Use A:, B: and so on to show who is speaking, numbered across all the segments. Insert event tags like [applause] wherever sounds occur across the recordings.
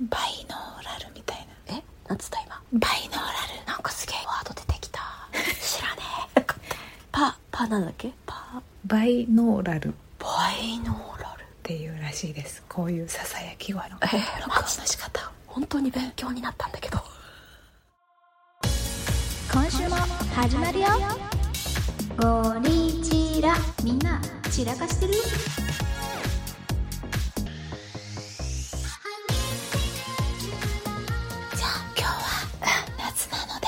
A: [laughs] パなんだっけパ
B: バイノーラルっ
A: バイノーラル
B: ていうらしいですこういうささやき声の
A: えー
B: 録音の仕方
A: 本当に勉強になったんだけど
C: 今週も始まるよゴリチラみんな散らかしてる
A: じゃあ今日は夏なので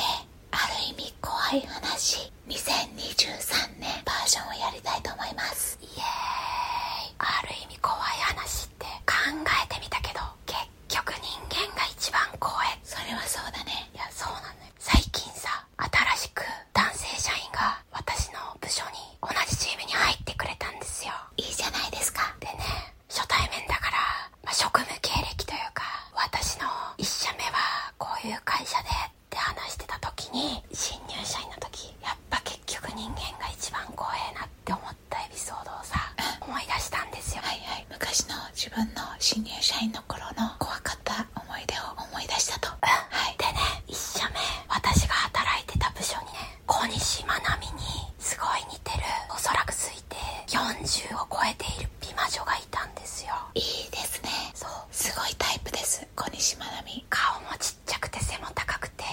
A: ある意味怖い話2023年バージョンをやりたいと思いますイエーイある意味怖い話って考えてみたけど結局人間が一番怖いそれはそうだねいやそうなのよ最近さ新しく男性社員が私の部署に同じチームに入ってくれたんですよいいじゃないですかでね初対面だから、まあ、職務経歴というか私の1社目はこういう会社でって話してた時に新入社員の時やっぱ結局人間が一番怖えなって思ったエピソードをさ思い出したんですよ
B: はいはい昔の自分の新入社員の頃の怖かった思い出を思い出したと
A: はい、でね一社目私が働いてた部署にね小西真奈美にすごい似てるおそらく推定40を超えている美魔女がいたんですよ
B: いいですね
A: そう
B: すごいタイプです小西まなみ
A: 顔もちっちゃくて背も高くて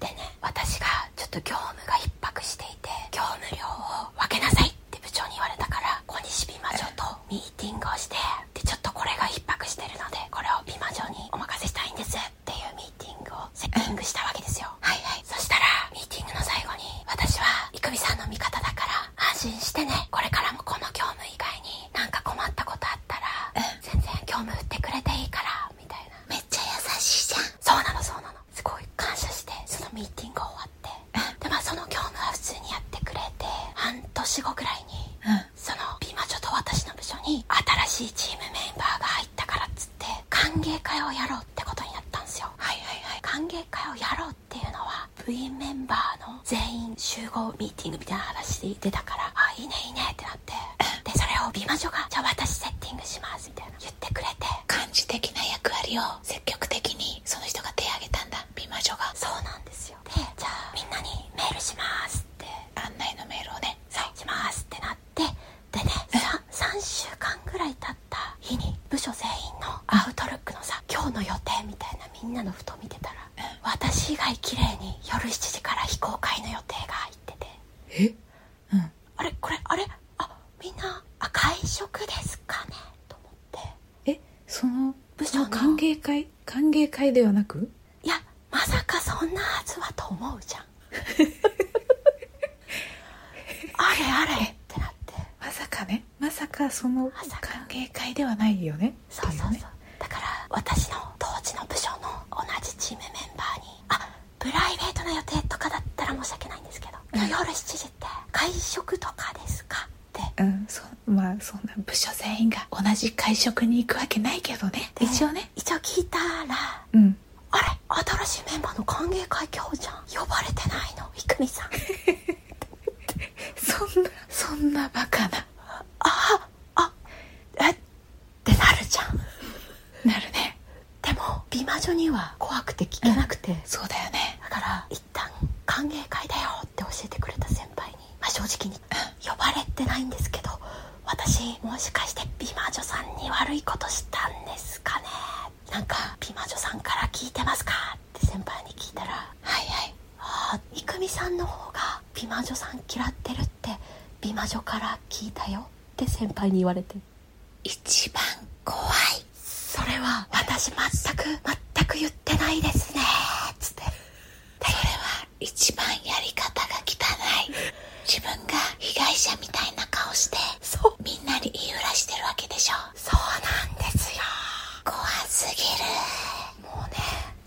A: でね私がちょっと業務が逼迫していて業務量を分けなさいって部長に言われたから小西美魔女とミーティングをしてでちょっとこれが逼迫してるのでこれを美魔女にお任せしたいんですっていうミーティングをセッティングしたわけですよはいはいそしたらミーティングの最後に私は郁美さんの味方だから安心してねこれからもこの業務以外になんか困ったことあったら全然業務振ってくれていいからみたいな
B: めっちゃ優しいじゃん
A: そうなのそうなのすごい感謝してそのミーティングが終わってでまあその業務は普通にやってくれて半年後くらいに
B: う
A: その美魔女と私の部署に新しいチームメンバーが入ったからっつって歓迎会をやろうってことになったんですよはいはいはい歓迎会をやろうっていうのは部員メンバーの全員集合ミーティングみたいな話で出たからあいいねいいねってなってでそれを美魔女がじゃあ私セッティングしますみたいな言ってくれて
B: 感じ的な役割を積極的にその人が手を挙げたんだ美魔女が
A: そうなんですよでじゃあみんなにメールしますって
B: 案内のメールをね
A: そうしますってなってでね 3, 週間ぐらい経った日に部署全員のアウトルックのさ今日の予定みたいなみんなのふと見てたら私以外綺麗に夜7時から非公開の予定が入ってて
B: えうん
A: あれこれあれあみんなあ会食ですかねと思って
B: えその
A: 部署の
B: 歓迎会歓迎会ではなく
A: いやまさかそんなはずはと思うじゃ
B: [laughs]
A: んあれあれってなって
B: まさかねまさかその
A: まさか
B: 歓迎会ではないよね
A: そうそう
B: っ
A: そう
B: ていね
A: だから私の当時の部署の同じチームメンバーにあプライベートな予定とかだったら申し訳ないんですけど夜7時って会食とかですかって
B: うんそうまあそんな部署全員が同じ会食に行くわけないけどね
A: で
B: 一応ね
A: 一応聞いたら
B: うん
A: あれ新しいメンバーの歓迎会今日じゃん呼ばれてないの郁美さん
B: そんなそんなバカな
A: ああえってなるじゃん
B: なるね
A: でも美魔女には怖くて聞けなくて、
B: そうだよね
A: だから一旦歓迎会だよって教えてくれた先輩に、まあ、正直に呼ばれてないんですけど私もしかして美魔女さんに悪いことしたんですかねなんか美魔女さんから聞いてますかって先輩に聞いたらはいはいああ郁美さんの方が美魔女さん嫌ってるって美魔女から聞いたよって先輩に言われて
B: 一番怖い
A: それは私全く全く言ってないですねつって
B: それは一番やり方が汚い自分が被害者みたいな顔して
A: そう
B: みんなに言いふらしてるわけでしょ
A: そうなんですよ
B: 怖すぎる
A: もうね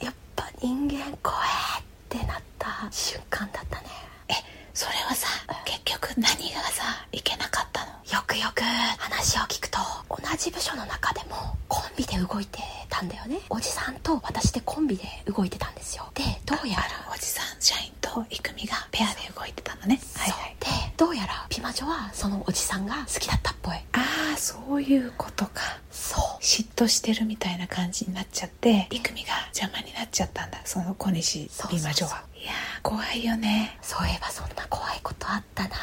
A: やっぱ人間怖えってなった瞬間だったね
B: えそれはさ結局何がさいけなかったの
A: よくよく話を聞くと同じ部署の中でもコンビで動いてたんだよねおじさんと私でコンビで動いてたんですよでどうやら
B: おじさん社員と郁美がペアで動いてたのねはいはい
A: そうでどうやら美魔女はそのおじさんが好きだったっぽい
B: ああそういうことか
A: そう
B: 嫉妬してるみたいな感じになっちゃって郁美が邪魔になっちゃったんだその小西美魔女は
A: そうそう
B: いやー怖いよね
A: そういえばそんな怖いことあったなーっ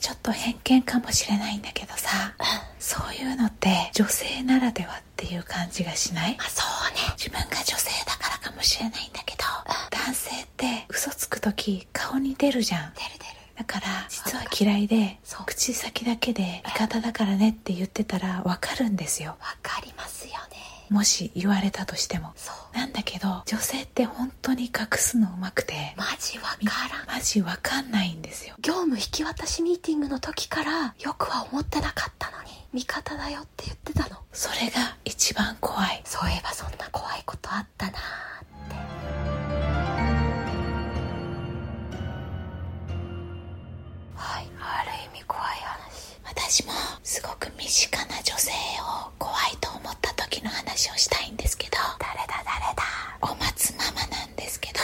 B: ちょっと偏見かもしれないんだけどさ、そういうのって女性ならではっていう感じがしない
A: まあそうね
B: 自分が女性だからかもしれないんだけど、男性って嘘つく時顔に出るじゃん。
A: 出る出る
B: だから実は嫌いで
A: そう
B: 口先だけで味方だからねって言ってたらわかるんですよ
A: わかりますよね
B: もし言われたとしても
A: そう
B: なんだけど女性って本当に隠すのうまくて
A: マジわ
B: み
A: からん
B: マジわかんないんですよ
A: 業務引き渡しミーティングの時からよくは思ってなかったのに味方だよって言ってたの
B: それが一番怖い
A: そういえばそんな怖いことあったなってはいある意味怖い話
B: 私もすごく身近な女性を怖いと思った時の話をしたいんですけど
A: 誰だ誰だ
B: お松ママなんですけど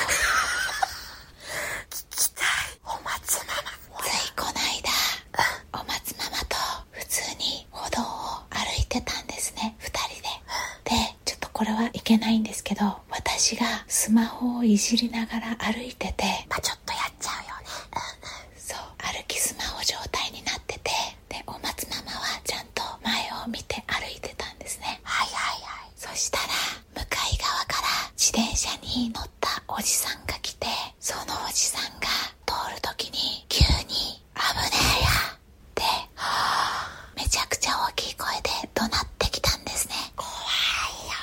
A: 聞きたいお松ママ
B: ついこの間お松ママと普通に歩道を歩いてたんですね2人ででちょっとこれはいけないんですけど私がスマホをいじりながら歩いてて
A: まあちょっとやっちゃうよねうん
B: そう歩きスマホ状態になっててでお松ママはちゃんと前を見て歩いてたんですね
A: はいはいはい
B: そしたら向かい側から自転車に乗ったおじさんが来てそのおじさんが通る時に急に「危ねえや!」ってめちゃくちゃ大きい声で怒鳴ってきたんですね怖いよ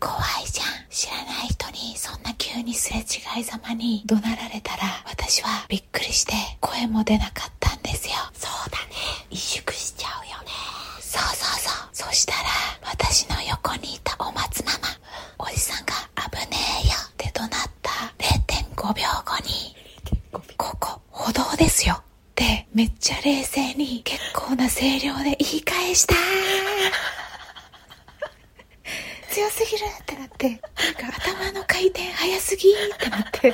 B: 怖いじゃん知らない人にそんな急にすれ違いざまに怒鳴られたら私はびっくりして声も出なかったんですよ
A: そうだね萎縮しちゃうよね
B: そうそうそうそしたら私の横にいたお松ママおじさんが「危ねえよ」って怒鳴った0.5秒後に「ここ歩道ですよ」ってめっちゃ冷静に結構な声量で言い返した強すぎるってなってなんか頭の回転早すぎってなって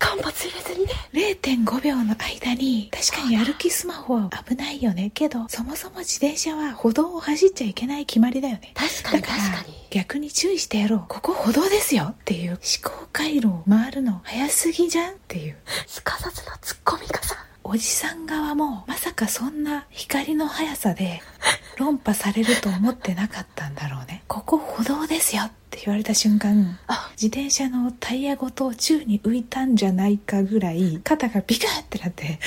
A: 間髪入れずにね
B: 0.5秒の間に確かに歩きスマホは危ないよねけどそもそも自転車は歩道を走っちゃいけない決まりだよね
A: 確か
B: だ
A: に
B: から
A: 確かに
B: 逆に注意してやろうここ歩道ですよっていう思考回路を回るの早すぎじゃんっていう
A: すかさずのツッコミがさ
B: おじさん側もまさかそんな光の速さ
A: [laughs]
B: で論破されると思ってなかったんだろうねここ歩道ですよって言われた瞬間
A: あ
B: 自転車のタイヤごと宙に浮いたんじゃないかぐらい肩がビクッってなって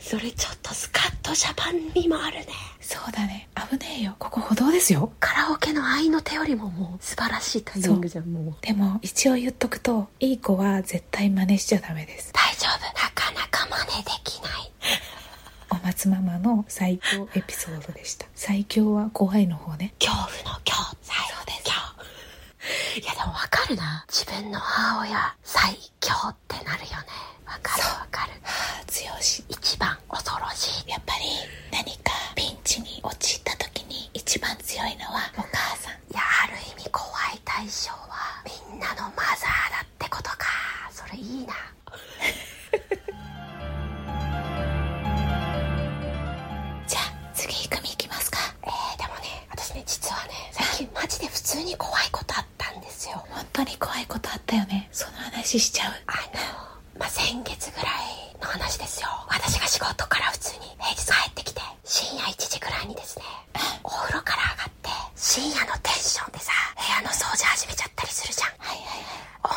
A: それちょっとスカッとジャパン味もあるね
B: そうだね危ねえよここ歩道ですよ
A: カラオケの愛の手よりももう素晴らしいタイミングじゃんもう
B: でも一応言っとくといい子は絶対真似しちゃダメです
A: 大丈夫なかなか真似できない
B: お松ママの最強エピソードでした最強は怖いの方ね
A: 恐怖の恐最強です恐いやでもわかるな自分の母親最強ってなるよねわかるわかる
B: ああ強し
A: 一番恐ろしい
B: やっぱり何かピンチに陥った時に一番強いのはお母さん
A: いやある意味怖い対象はみんなのマザーだってことかそれいいな
B: じゃあ次組いきますか
A: えー、でもね私ね実はね最近マジで普通に怖いことあったんですよ
B: 本当に怖いことあったよねその話しちゃう
A: あの、まあ、先月ぐらいの話ですよ。私が仕事から普通に平日帰ってきて、深夜1時ぐらいにですね、お風呂から上がって、深夜のテンションでさ、部屋の掃除始めちゃったりするじゃん。
B: はいはい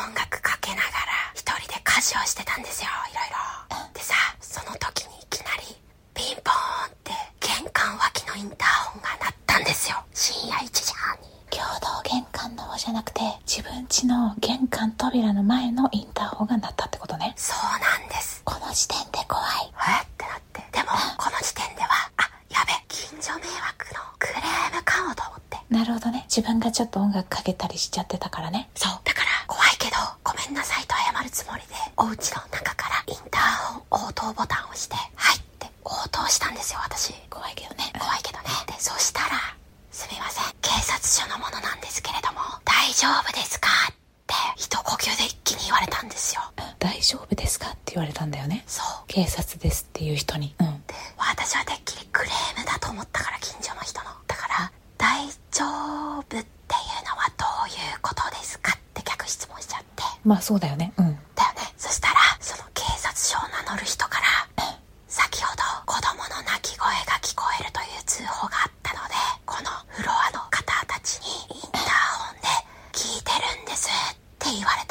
B: はい
A: 音楽かけながら、一人で家事をしてたんですよ、いろいろ。でさ、その時にいきなり、ピンポーンって、玄関脇のインターホンが鳴ったんですよ。深夜1時半に。
B: 共同玄関の方じゃなくて自分家の玄関扉の前のインターホンが鳴ったってことね
A: そうなんです。
B: この時点で怖い
A: えってなってでもこの時点ではあやべ近所迷惑のクレームかもと思って
B: なるほどね自分がちょっと音楽かけたりしちゃってたからね
A: そうだから怖いけどごめんなさいと謝るつもりでお家の中からインターホン応答ボタンを押して「はい」って応答したんですよ私
B: 怖いけどね
A: 怖いけどねでそしたら「すみません警察署の者なんですけれども大丈夫ですか?」って一呼吸で一気に言われたんですよ
B: 大丈夫ですかって言われたんだよね
A: そう
B: 警察ですっていう人にうん
A: って私はてっきりクレームだと思ったから近所の人のだから「大丈夫っていうのはどういうことですか?」って逆質問しちゃって
B: まあそうだよねうん
A: だよねそしたらその警察署を名乗る人から「さっ
B: い。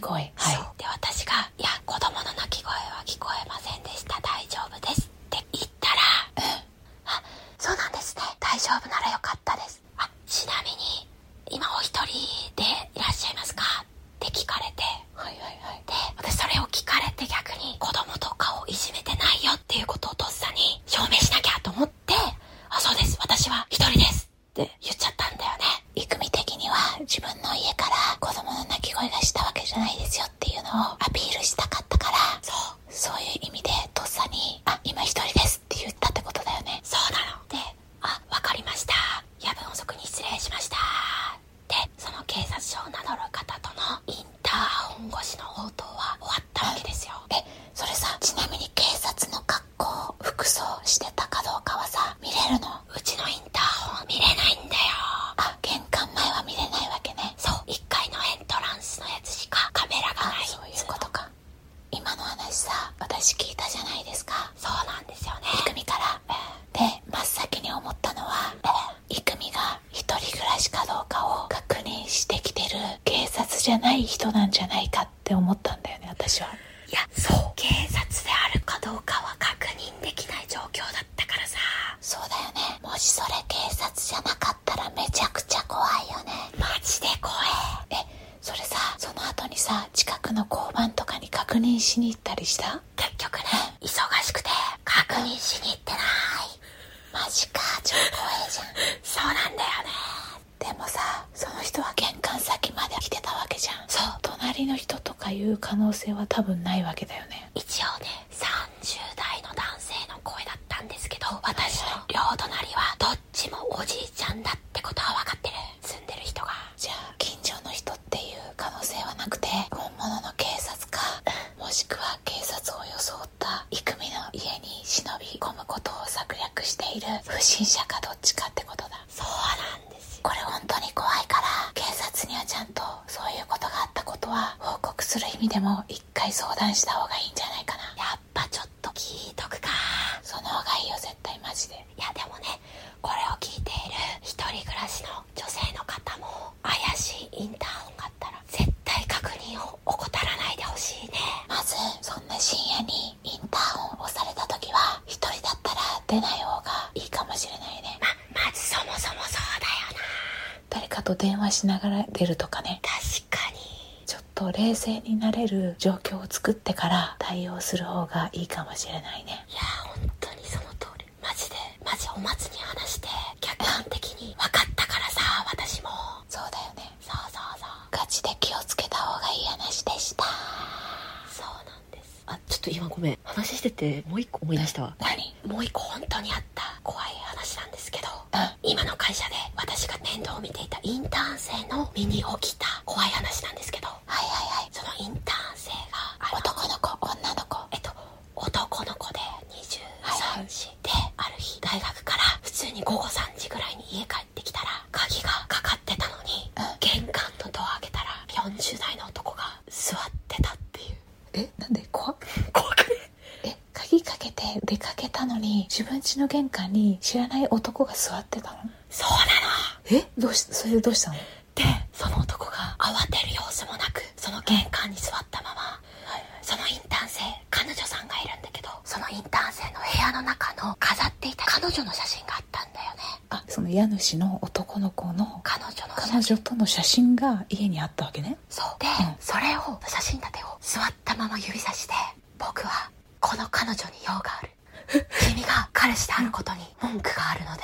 B: はい
A: そう。で私が「いや子供の泣き声は聞こえませんでした大丈夫です」って言ったら「あそうなんですね大丈夫ならよかったです」あ「ちなみに今お一人でいらっしゃいますか?」って聞かれて
B: はいはいはい。
A: で私それを聞かれて逆に子供とかをいじめてないよっていうことをとっさに証明しなきゃと思って「あそうです私は一人です」って言っちゃったんだよね
B: 育美的には自分の家から子供の泣き声がしたわけじゃないですよっていうのをアピールしたかったから、そう。そういう意味でとっさに、あ、今一人ですって言ったってことだよね。
A: そうなので「あわかりました夜分遅くに失礼しました」でその警察署を名乗る方とのインターホン越しの応答は終わったわけですよ
B: え、それさ、ちなみに警察の格好、服装してたかどうかはさ、見れるの
A: うちのインターホン見れないんだよ
B: あ、玄関前は見れないわけね。
A: そう1階のエントランスのやつしかカメラが
B: あ
A: ない、
B: そういうことか。今の話さ、私聞いたじゃないですか。
A: そうなんですよね
B: イクミから。で、真っ先に思ったのは、イクミが一人暮らしかどうかを確認してきてる警察じゃない人なんじゃないかって思ったんだよね、私は。
A: いやそう警察であるかどうかは確認できない状況だったからさ
B: そうだよね。もしそれ警察じゃなかったらめちゃくちゃ怖いよね。
A: マジで怖え
B: え、それさ、その後にさ、近くの交番とかに確認しに行ったりした
A: 結局ね忙しくて確認しに行ってない
B: マジか、超怖いじゃん。
A: [laughs] そうなんだよね
B: でもさその人は玄関先まで来てたわけじゃんそう隣の人とかいう可能性は多分ないわけだよね
A: 一応ね30代の男性の声だったんですけど私の両隣はどっちもおじいちゃんだってことは分かってる住んでる人が
B: じゃあ近所の人っていう可能性はなくて本物の警察かもしくは警察を装った郁美の家に忍び込むことを策略している不審者かどっちかってことだ
A: そうなんですよ
B: これ本当に怖いから警察にはちゃんとそういうことがあったことは報告する意味でも一回相談した方がいいんじゃないかな
A: やっぱちょっと聞いとくか
B: その方がいいよ絶対マジで
A: いやでもねこれを聞いている一人暮らしの女性の方も怪しいインターホンがあったら絶対確認を怠らないでほしいね
B: まずそんな深夜にインターホンを押された時は一人だったら出ない方がいいかもしれないね
A: ままずそもそもそうだよな
B: 誰かと電話しながら出るとかね
A: 確かに
B: ちょっと冷静になれる状況を作ってから対応する方がいいかもしれないね
A: いやー本当にその通りマジでマジお松に話して客観的に分かったからさ私も
B: そうだよね
A: そうそうそう
B: ガチで気をつけた方がいい話でした
A: そうなんです
D: あちょっと今ごめん話しててもう一個思い出したわ
B: 何
A: もう一個本当にあった怖い話なんですけど
B: う
A: 今の会社で私が面倒を見ていたインターン生の身に起きた怖い話なんですけど
B: はいはいはい
A: そのインターン生があの
B: 男の子女の子
A: えっと男の子で
B: はい
A: 23
B: はい
A: 歳である日大学から普通に午後3時ぐらいに家帰ってきたら鍵がかかってたのに玄関のドア開けたら40代の男が座ってたっていう
B: えなんで怖っ
A: 怖くね
B: え鍵かけて出かけたのに自分家の玄関に知らない男が座ってたの
A: そうな
B: えどうしそれでどうしたのはい
A: のでその男が慌てる様子もなくその玄関に座ったままそのインターン生彼女さんがいるんだけどそのインターン生の部屋の中の飾っていた彼女の写真があったんだよね
B: あその家主の男の子の
A: 彼女の写
B: 彼
A: 真
B: 女との写真が家にあったわけね
A: そうで、
B: うん
A: それを写真立てを座ったまま指さして僕はこの彼女に用がある君が彼氏であることに文句があるので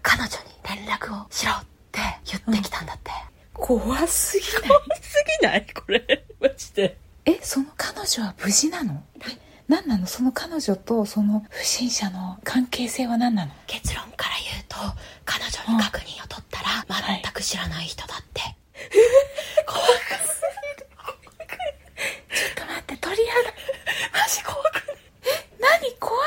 A: 彼女に連絡をしろって言ってきたんだって、
B: 怖すぎない
D: 怖すぎないこれ [laughs] マジで
B: えその彼女は無事なのえ何なのその彼女とその不審者の関係性は何なの
A: 結論から言うと彼女に確認を取ったら
B: はい
A: 全く知らない人だって、
B: ちょっと待って鳥肌
A: マジ怖くない
B: 何怖い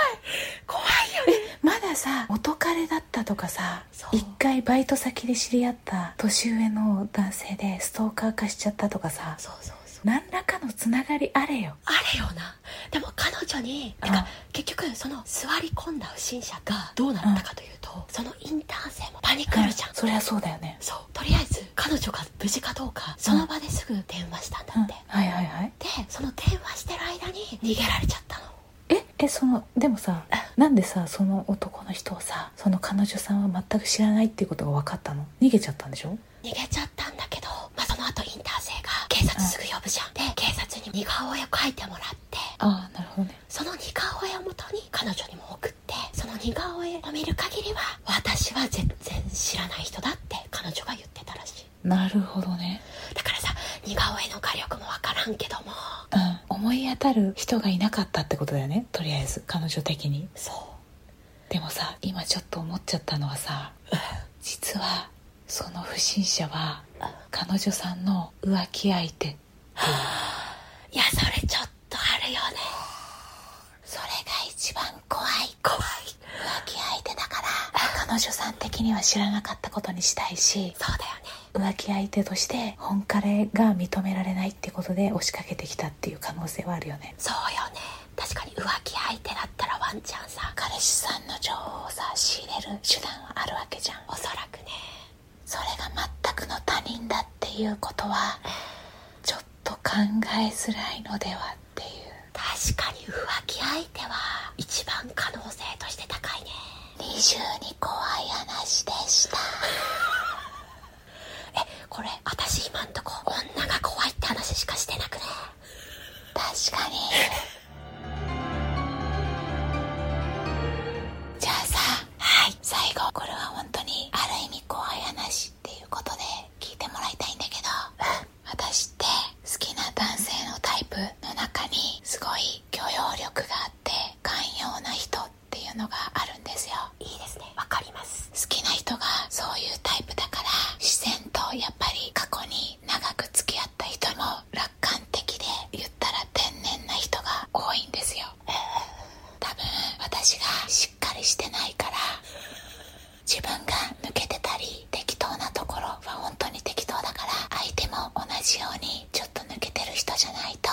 A: 怖いよね
B: えまださ元彼だったとかさ
A: そう
B: 一回バイト先で知り合った年上の男性でストーカー化しちゃったとかさ
A: そうそうそう
B: 何らかのつながりあれよ
A: あれよなでも彼女に
B: うん
A: なんか結局その座り込んだ不審者がどうなったかというと、そのインターン生もパニクるじゃん、
B: そりゃそうだよね
A: そうとりあえず彼彼女が無事かどうかその場ですぐ電話したんだって、
B: はいはいはい
A: でその電話してる間に逃げられちゃったの
B: ええそのでもさなんでさその男の人をさその彼女さんは全く知らないっていうことが分かったの逃げちゃったんでしょ
A: 逃げちゃったんだけど、まあ、その後インター生が警察すぐ呼ぶじゃん、で警察に似顔絵を描いてもらって
B: ああなるほどね
A: その似顔絵をもとに彼女にも送ってその似顔絵を見る限りは私は全然知らない人だって彼女が言ってたらしい
B: なるほどね
A: だからさ似顔絵の画力もわからんけども
B: うん思い当たる人がいなかったってことだよねとりあえず彼女的に
A: そう
B: でもさ今ちょっと思っちゃったのはさ実はその不審者は彼女さんの浮気相手
A: いやそれちょっとあるよね
B: それが一番怖い怖い浮気相手だから彼女さん的には知らなかったことにしたいし
A: そうだよね
B: 浮気相手として本彼が認められないってことで押しかけてきたっていう可能性はあるよね
A: そうよね確かに浮気相手だったらワンチャンさ
B: 彼氏さんの情報をさ仕入れる手段はあるわけじゃん
A: おそらくね
B: それが全くの他人だっていうことはちょっと考えづらいのではっていう
A: 確かに浮気相手は一番可能性として高いね
B: 二重に怖い話で
A: [laughs]
B: した
A: えこれ私今んとこ女が怖いって話しかしてなくね
B: 確かにじゃあさはい最後これは本当にある意味怖い話っていうことで聞いてもらいたいんだけど [laughs] 私って好きな男性のタイプの中にすごい許容力があって寛容な人っていうのがあるんですよ
A: いいですねわかります
B: 好きな人がそういうタイプだから自然とやっぱり過去に長く付き合った人も楽観的で言ったら天然な人が多いんですよ多分私がしっかりしてないから自分が抜けてたり適当なところは本当に適当だから相手も同じようにちょっと抜けてる人じゃないと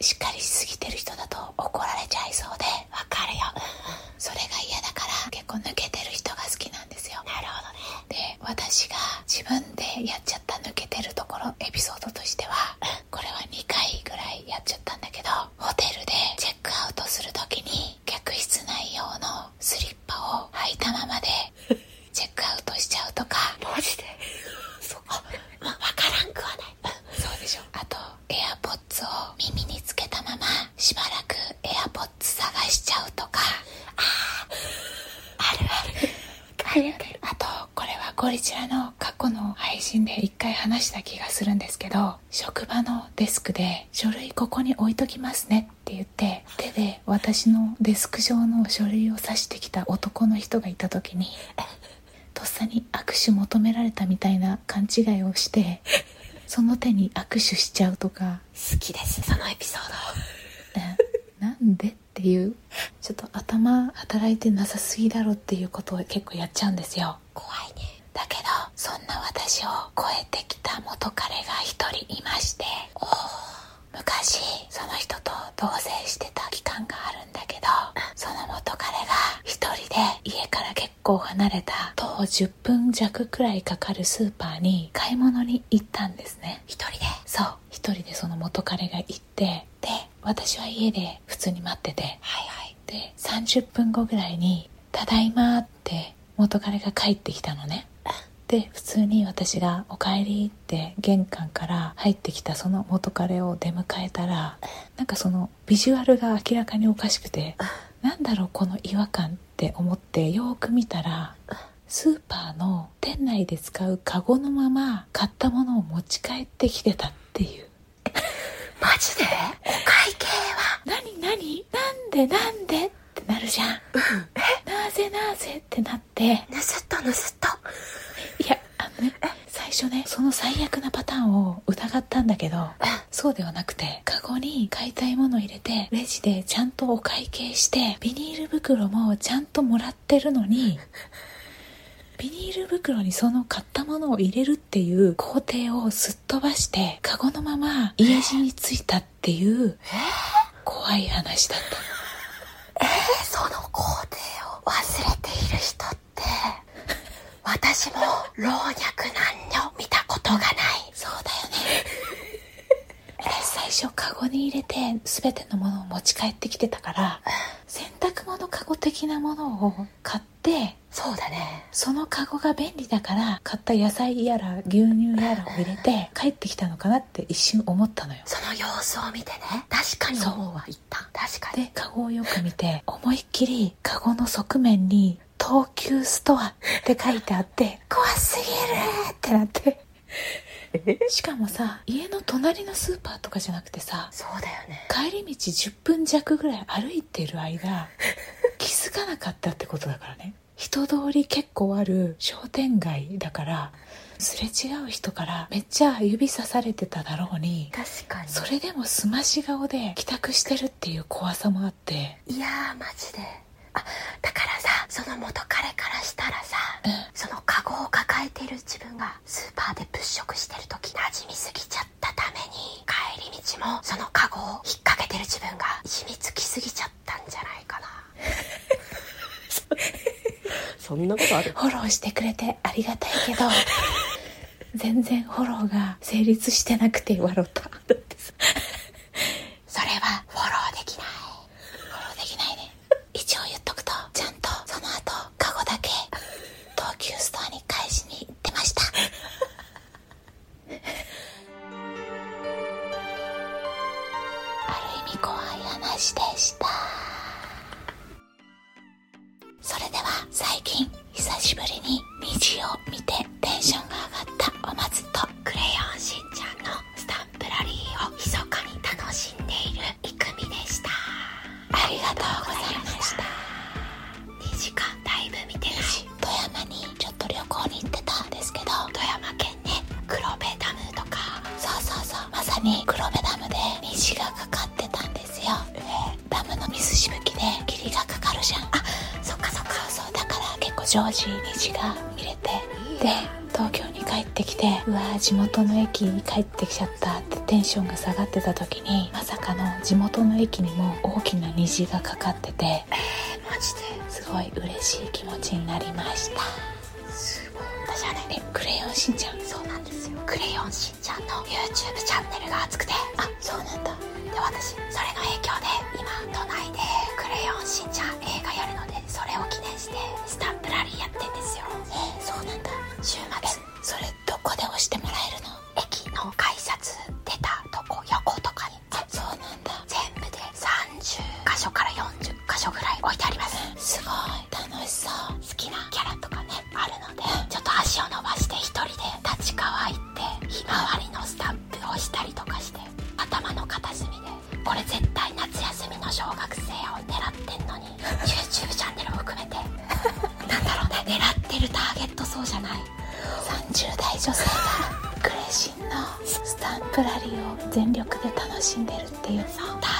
B: しっかりしすぎてる人だと怒られちゃいそうでわかるよそれが嫌だから結構抜けてる人が好きなんですよなるほどねで私が自分でやっちゃった抜けてるところエピソードとしては [laughs] これは2回ぐらいやっちゃったんだけどホテルでチェックアウトする時に客室内用のスリッパを履いた
A: [laughs]
B: ままでチェックアウトしちゃうとか
A: マ
B: [laughs]
A: ジでそうあまわからんくはない
B: そうでしょあとエアポッツを耳につけたまましばらくエアポッツ探しちゃうとかあーあるあるあるあるあとこれはゴリチラの過去の配信で一回話した気がするんですけど職場のデスクで書類ここに置いときますねって言って手で私のデスク上の書類を指してきた男の人がいた時にとっさに握手求められたみたいな勘違いをしてその手に握手しちゃうとか、
A: 好きですそのエピソード
B: うんなんでっていうちょっと頭働いてなさすぎだろっていうことを結構やっちゃうんですよ
A: 怖いね
B: だけどそんな私を超えてきた元彼が一人いまして昔その人と同棲してた期間があるんだけどその元彼が一人で家から結構離れた徒歩10分弱くらいかかるスーパーに買い物に行ったんですね
A: 一人で
B: そう一人でその元彼が行ってで私は家で普通に待ってて
A: はいはい
B: で30分後ぐらいに「ただいま」って元彼が帰ってきたのねで普通に私が「おかえり」って玄関から入ってきたその元彼を出迎えたらなんかそのビジュアルが明らかにおかしくてなんだろうこの違和感って思ってよーく見たらスーパーの店内で使うカゴのまま買ったものを持ち帰ってきてたっていう
A: マジ
B: [laughs]
A: でお会計は
B: 何何なんでなんでってなるじゃん、なぜなぜってなってい
A: 盗っと盗っと
B: やあのね最初ねその最悪なパターンを疑ったんだけど、そうではなくてカゴに買いたいものを入れてレジでちゃんとお会計してビニール袋もちゃんともらってるのに [laughs] ビニール袋にその買ったものを入れるっていう工程をすっ飛ばしてカゴのまま家路に着いたっていう怖い話だった
A: えその工程を忘れている人って私も老若男女見たこと音がない。
B: そうだよね私最初カゴに入れて全てのものを持ち帰ってきてたから洗濯物カゴ的なものを買って
A: そうだね。
B: そのカゴが便利だから買った野菜やら牛乳やらを入れて帰ってきたのかなって一瞬思ったのよ
A: その様子を見てね。確かに思うわ、言った。確かに。
B: でカゴをよく見て思いっきりカゴの側面に「東急ストア」って書いてあって怖すぎるってなってしかもさ家の隣のスーパーとかじゃなくてさ
A: そうだよね。
B: 帰り道10分弱ぐらい歩いてる間 [laughs] 気づかなかったってことだからね人通り結構ある商店街だからすれ違う人からめっちゃ指さされてただろうに
A: 確かに。
B: それでもすまし顔で帰宅してるっていう怖さもあって
A: いやー、マジで。あ、だからさ、その元彼からしたらさ、
B: うん
A: そのカゴを抱えている自分がスーパーで物色してる時馴染みすぎちゃったために、帰り道もそのカゴを引っ掛けてる自分が染みつきすぎちゃったんじゃないかな。
D: [laughs] そ [laughs] んなことある
B: フォローしてくれてありがたいけ [laughs] ど全然フォローが成立してなくて笑った
A: それはフォローできない。
B: フォローできないね一応言っとくとちゃんとその後カゴだけ東急ストアに返しに行ってました [laughs] ある意味怖い話でしたそれでは最近久しぶりに虹を見てテンションが上がったお松と
A: クレヨンしんちゃんのスタンプラリーを密かに楽しんでいるいくみでした。
B: ありがとうございました
A: 2時間だいぶ見てない。
B: 富山にちょっと旅行に行ってたんですけど
A: 富山県ね、黒部ダムとか、
B: そうそうそうまさに黒部ダムで虹がかかってたんですよ、でダムの水しぶきで霧がかかるじゃんあそっかそっかそうそうだから結構常時虹が見れてで東京に帰ってきてうわー地元の駅に帰ってきちゃったってテンションが下がってた時にまさかの地元の駅にも大きな虹がかかってて
A: マジです
B: ごい嬉しい気持ちになりました
A: すごい私はね
B: えクレヨンしんちゃん
A: そうなんですよクレヨンしんちゃんの YouTube チャンネルが熱くてあそうなんだで私それの影響で今都内でクレヨンしんちゃん映画やるのでそれを記念してスタンプラリーやってんですよえそうなんだ週末
B: それどこで押してもらえるの
A: 駅の改札出たとこ横とかに
B: あそうなんだ
A: 全部で30箇所から40箇所ぐらい置いてあります
B: すごい楽しそう
A: 好きなキャラとかねあるのでちょっと足を伸ばして一人で立川行ってひまわりのスタンプをしたりとかして頭の片隅で俺絶対夏休みの小学生を狙ってんのに YouTube チャンネルを含めてなんだろうね狙ってるターゲットそうじゃない
B: 30代女性がクレシンのスタンプラリーを全力で楽しんでるっていうの
A: タ
B: [laughs]